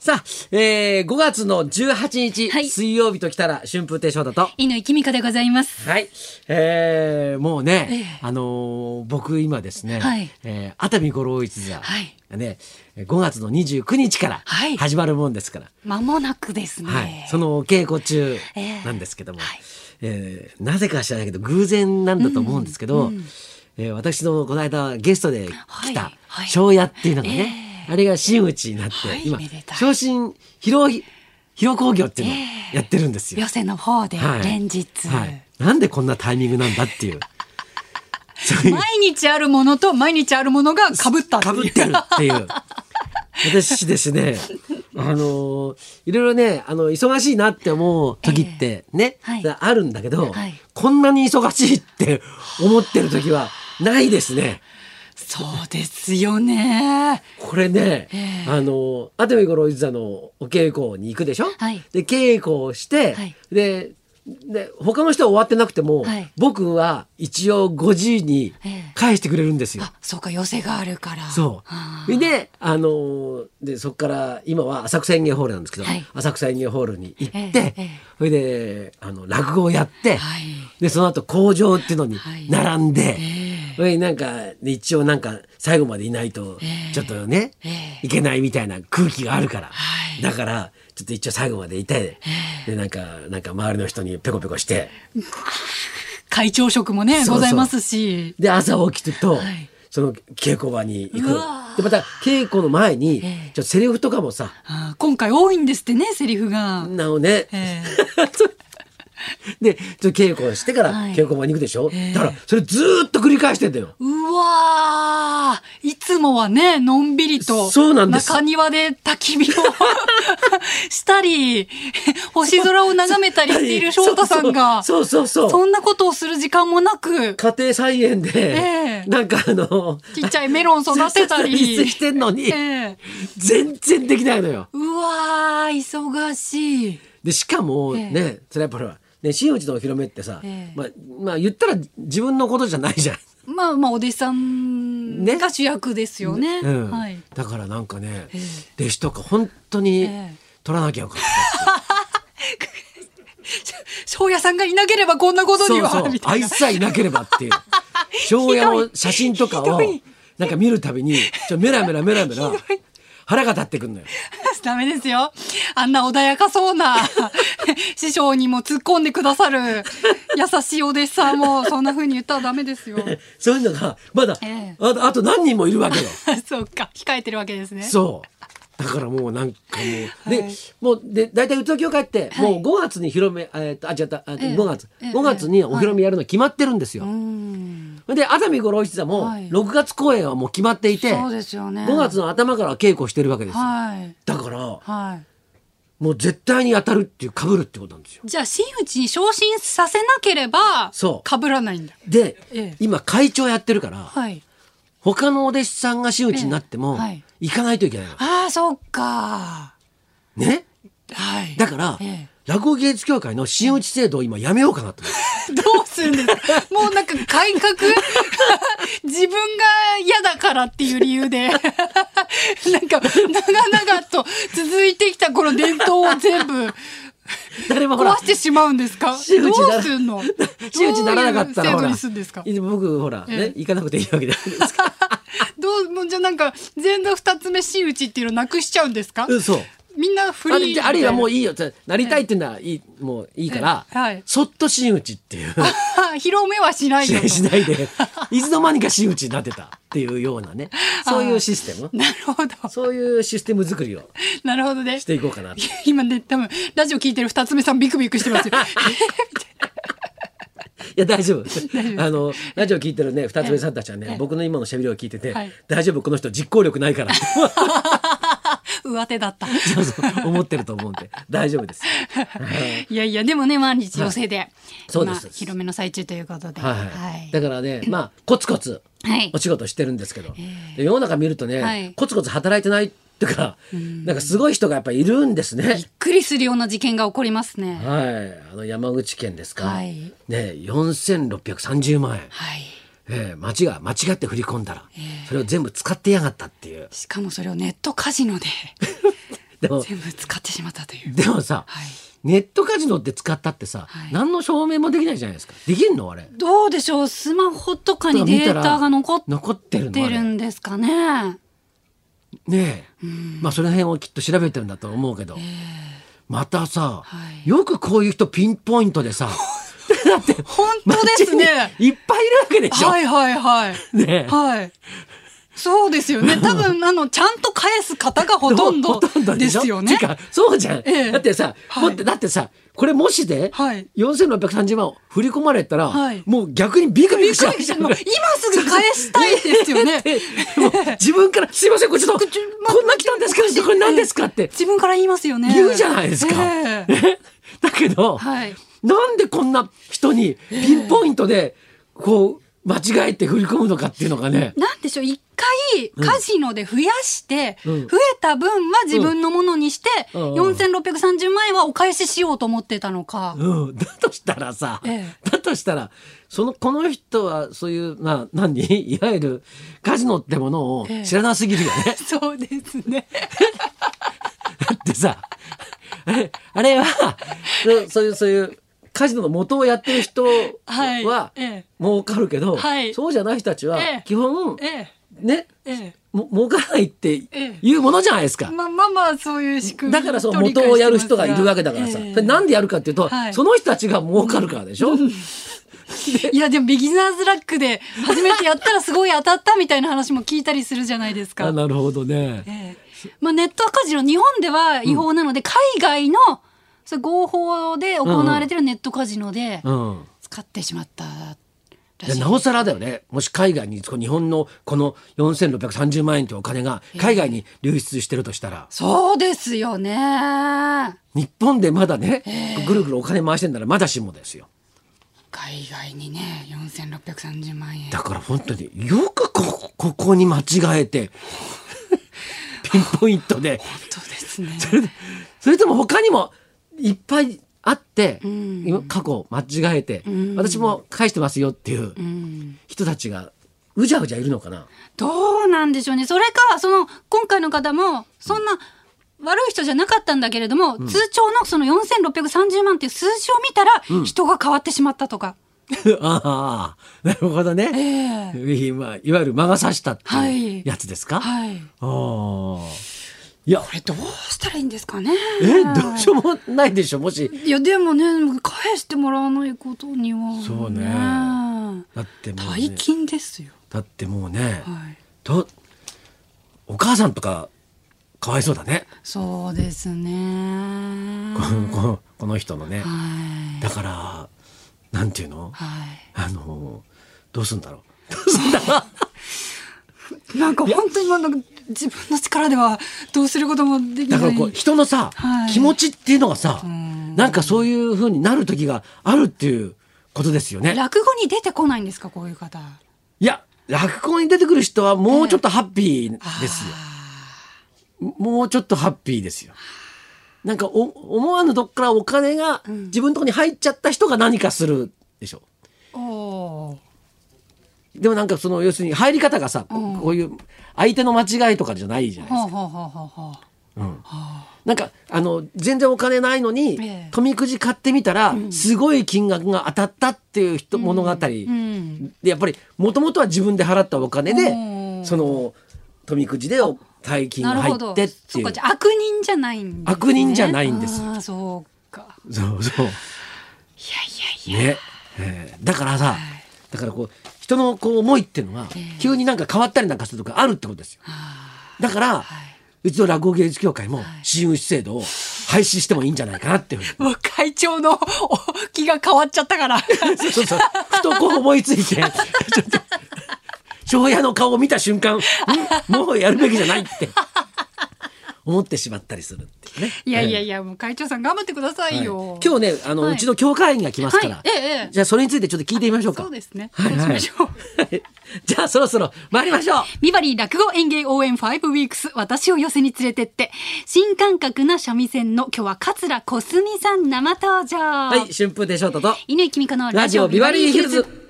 さあ、えー、5月の18日、はい水曜日と来たら春風亭昇太と。犬井美香でございます。はい、えー、もうね、ええあのー僕今ですね、はいえー熱海五郎一座、はいね、5月の29日からはい始まるもんですから、間もなくですね。はい、そのお稽古中なんですけども、えーなぜか知らないけど偶然なんだと思うんですけど、えー私のこの間ゲストで来はたいはい庄屋っていうのがね、あれが真打ちになって、はい今めでたい昇進披露披露興行っていうのをええやってるんですよ寄。せの方ではい連日、はい、なんでこんなタイミングなんだ っていう。そういう毎日あるものと毎日あるものが被ったってかいうぶってるっていう。私です ね、あのいろいろね、あの、忙しいなって思う時ってね、えはいあるんだけど、はいこんなに忙しい って思ってる時はないですね。そうですよね。これね、ええあの、熱海五郎一座のお稽古に行くでしょ、はいで、稽古をして、はいで、で他の人は終わってなくても、はい僕は一応5時に返してくれるんですよ。あ、そうか寄せがあるから。そあう。ーで、あのーで、そこから、今は浅草演芸ホールなんですけど、はい浅草演芸ホールに行っえてえええ、それで、あの、落語をやって、はい。で、その後工場っていうのにはい並んで、えそれでなんか、で一応なんか、最後までいないとえ、えちょっとね、ええいけないみたいな空気があるから、はいだから、ちょっと一応最後までいて、で、なんか、なんか周りの人にペコペコして、会長職もねそうそうございますし。で朝起きてと、はいその稽古場に行くうわーでまた稽古の前に、ええちょっとセリフとかもさあー今回多いんですってねセリフが。なのね、ええでちょっと稽古をしてからはい稽古場に行くでしょ、ええだからそれずーっと繰り返してんだよ。うわーいつもはね、のんびりと、そうなんです中庭で焚き火をしたり、星空を眺めたりしてい る翔太さんが、そうそうそうそうそんなことをする時間もなく、家庭菜園で、ええなんかあのちっちゃいメロン育てたり、してんのに、ええ全然できないのよ。うわー忙しい。でしかもね、えそれはやっぱほら、ね、真打ちのお披露目ってさ、ええまあ、まあ言ったら自分のことじゃないじゃん。まあまあ、お弟子さんねが主役ですよね。うんはい。だからなんかね、ええ弟子とか本当にええ取らなきゃよかった翔也さんがいなければこんなこって、とには、そうそうみたい愛な。さえいなければ っていう庄屋の写真とかをひどいなんか見るたびにちょメラメラメラメラ ひどい腹が立ってくんのよ。 ダメですよ。あんな穏やかそうな 師匠にも突っ込んでくださる優しいお弟子さんもそんな風に言ったらダメですよ。 そういうのがまだ、ええあとあと何人もいるわけよ。そうか、控えてるわけですね。そう。だからもうなんかもう、 はいで、もうで、大体宇都京帰って、もう5月に広め、えっと、あ、違った、あええ5月、ええ5月にお披露目やるの決まってるんですよ。うーん。で熱海五郎一座もはい6月公演はもう決まっていて、そうですよね。 5月の頭から稽古してるわけですよ、はい。だからはい。もう絶対に当たるっていうかぶるってことなんですよじゃあ、真打ちに昇進させなければ、そう被らないんだ。で、ええ今会長やってるから、はい。他のお弟子さんが真打ちになっても、ええはい行かないといけないのああ、そうか。ねはい。だから、え落語芸術協会の真打ち制度を今やめようかな と思って、えどうするんですかもうなんか改革 自分が嫌だからっていう理由で なんか長々と続いてきたこの伝統を全部誰もほ壊らしてしまうんですかどう真打ちならす んの真打ちにならなかったらどほらういう制度にするんですかいや僕ほら、ねええ行かなくていいわけじゃない ですかどうもうじゃあなんか全然二つ目真打ちっていうのなくしちゃうんですかうんそうみんなフリあーれじゃああるいはもう いいいよつなりたいっていうのはいい、もういいから、ええはいそっと真打ちっていう披露目はしないしよなといしないでいつの間にか真打ちになってたっていうようなねそういうシステムなるほどそういうシステム作りをなるほどねしていこう かなと今ね多分ラジオ聞いてる二つ目さんビクビクしてますよいや大丈夫あのラジオ聞いてるね二つ目さんたちはね僕の今のしゃべりを聞いてて、はい大丈夫この人実行力ないから 上手だったそうそう思ってると思うんで大丈夫 です。いやいやでもね毎日寄せで、そうですまあ、広めの最中ということではいはいだからねまあコツコツはいお仕事してるんですけど、で世の中見るとね、はいコツコツ働いてないとか、なんかすごい人がやっぱいるんですね。びっくりするような事件が起こりますねはい、あの山口県ですか。はいね、四千六百三十万円。はいえー、町が間違って振り込んだら、それを全部使ってやがったっていう。しかもそれをネットカジノでで も全部使ってしまったという。でもさ、はい。ネットカジノって使ったってさ、はい何の証明もできないじゃないですかできんのあれどうでしょうスマホとかにデータが残っ残ってるのてあれるんですかね。ねえ、まあその辺をきっと調べてるんだと思うけど、またさ、はいよくこういう人ピンポイントでさだって本当ですね街。にいっぱいいるわけでしょ、はいはいはい。ねえはい。そうですよね。多分、あの、ちゃんと返す方がほとんどでしょすよねて。かそうじゃん、ええだってさ、はいもっとだってさこれもしで、はい4630万を振り込まれたら、はいもう逆にビクビクしちゃう今すぐ返したいです よね。もう自分から「すいませんこれちょっとちょまこんな来たんですけどこれ何ですか?」って自分から言いますよね。言うじゃないですか。ええ だけど、はい。なんでこんな人にピンポイントでこう間違えて振り込むのかっていうのがね。なんでしょう一回カジノで増やして、うん増えた分は自分のものにして、うん4630万円はお返ししようと思ってたのか。うん、だとしたらさ、えだとしたらそのこの人はそういうまあ何 いわゆるカジノってものをええ知らなすぎるよね。 そうですね。だってさあれあれはそうそういうそういうカジノの元をやってる人はいはええ儲かるけど、はいそうじゃない人たちはええ基本、ええ、ねえも儲からないってえいうものじゃないですかえ。。まあまあまあ、そういう仕組みだからその元をやる人がいるわけだからさ、それなんでやるかっていうと、はいその人たちが儲かるからでしょ、いやでもビギナーズラックで初めてやったらすごい当たったみたいな話も聞いたりするじゃないですあ か。なるほどね。ええまあ、ネットカジノ日本では違法なので、海外のそれ合法で行われてるネットカジノでうん、使ってしまったらしでいなおさらだよねもし海外にこう日本のこの4630万円というお金が海外に流出してるとしたら、そうですよね日本でまだね、ぐるぐるお金回してんならまだしもですよ海外にね4630万円だから本当によくこここに間違え てピンポイントでそうですねそれとも他にもいっぱいあって、ん今過去間違えて、ん私も返してますよっていううん人たちがうじゃうじゃいるのか な。どうなんでしょうねそれかその今回の方もそんな悪い人じゃなかったんだけれども、通帳のその4630万っていう数字を見たら人が変わってしまったとか、ああなるほどね。ええ今いわゆる魔が差したってはいいうやつですか。はいああいやこれどうしたらいいんですかねえどうしようもないでしょもしいやでもね返してもらわないことにはそうねだってもう、大ね、金ですよ、だってもうね、はい、とお母さんとかかわいそうだね、そうですねこのこのこの人のね。はいだからなんていうのはいあのどうすんだろう。どうすんだろう。なんか本当にもうなんか自分の力ではどうすることもできなだいからこう人のさ、はい気持ちっていうのがさ、んなんかそういう風になる時があるっていうことですよね。落語に出てこないんですかこういう方いや落語に出てくる人はもうちょっとハッピーですよ。もうちょっとハッピーですよ。なんかお思わぬどっからお金がうん自分のとこに入っちゃった人が何かするでしょ。おおでもなんかその要するに入り方がさ、こうんこういう相手の間違いとかじゃないじゃないですほかう。ほうほうほうほううんあなんかあの全然お金ないのに、ええ富くじ買ってみたら、すごい金額が当たったっていう人、物語、うんでやっぱりもともとは自分で払ったお金で、おーその富くじでお大金ながる入ほっどてってそいううかじゃあ悪人じゃないんです、ね、悪人じゃないんですああそうかそうそういやいやいや、ね、ええだからさ、だからこう人のこう思いっていうのが、ええ急になんか変わったりなんかするとかあるってことですよあだから、あはいうちの落語芸術協会もい支援制度を廃止してもいいんじゃないかなっていうふうにもう会長のお気が変わっちゃった から。そうそう。ふとこう思いついて、ちょっと、庄屋の顔を見た瞬間、んもうやるべきじゃないって、思ってしまったりするっていうね。いやいやいや。や、もう会長さん頑張ってくださいよ。はい今日ね、あの、はいうちの教会員が来ますから、はいええええじゃあそれについてちょっと聞いてみましょうか。そうですね。はいはいそうしましょう。はいじゃあそろそろ参りましょう。ビバリー落語演芸応援5ウィークス私を寄せに連れてって新感覚な三味線の今日は桂小澄さん生登場、はい、春風亭昇太と、犬井君香ラのラジジオオビビババリーヒリーヒルルズズ。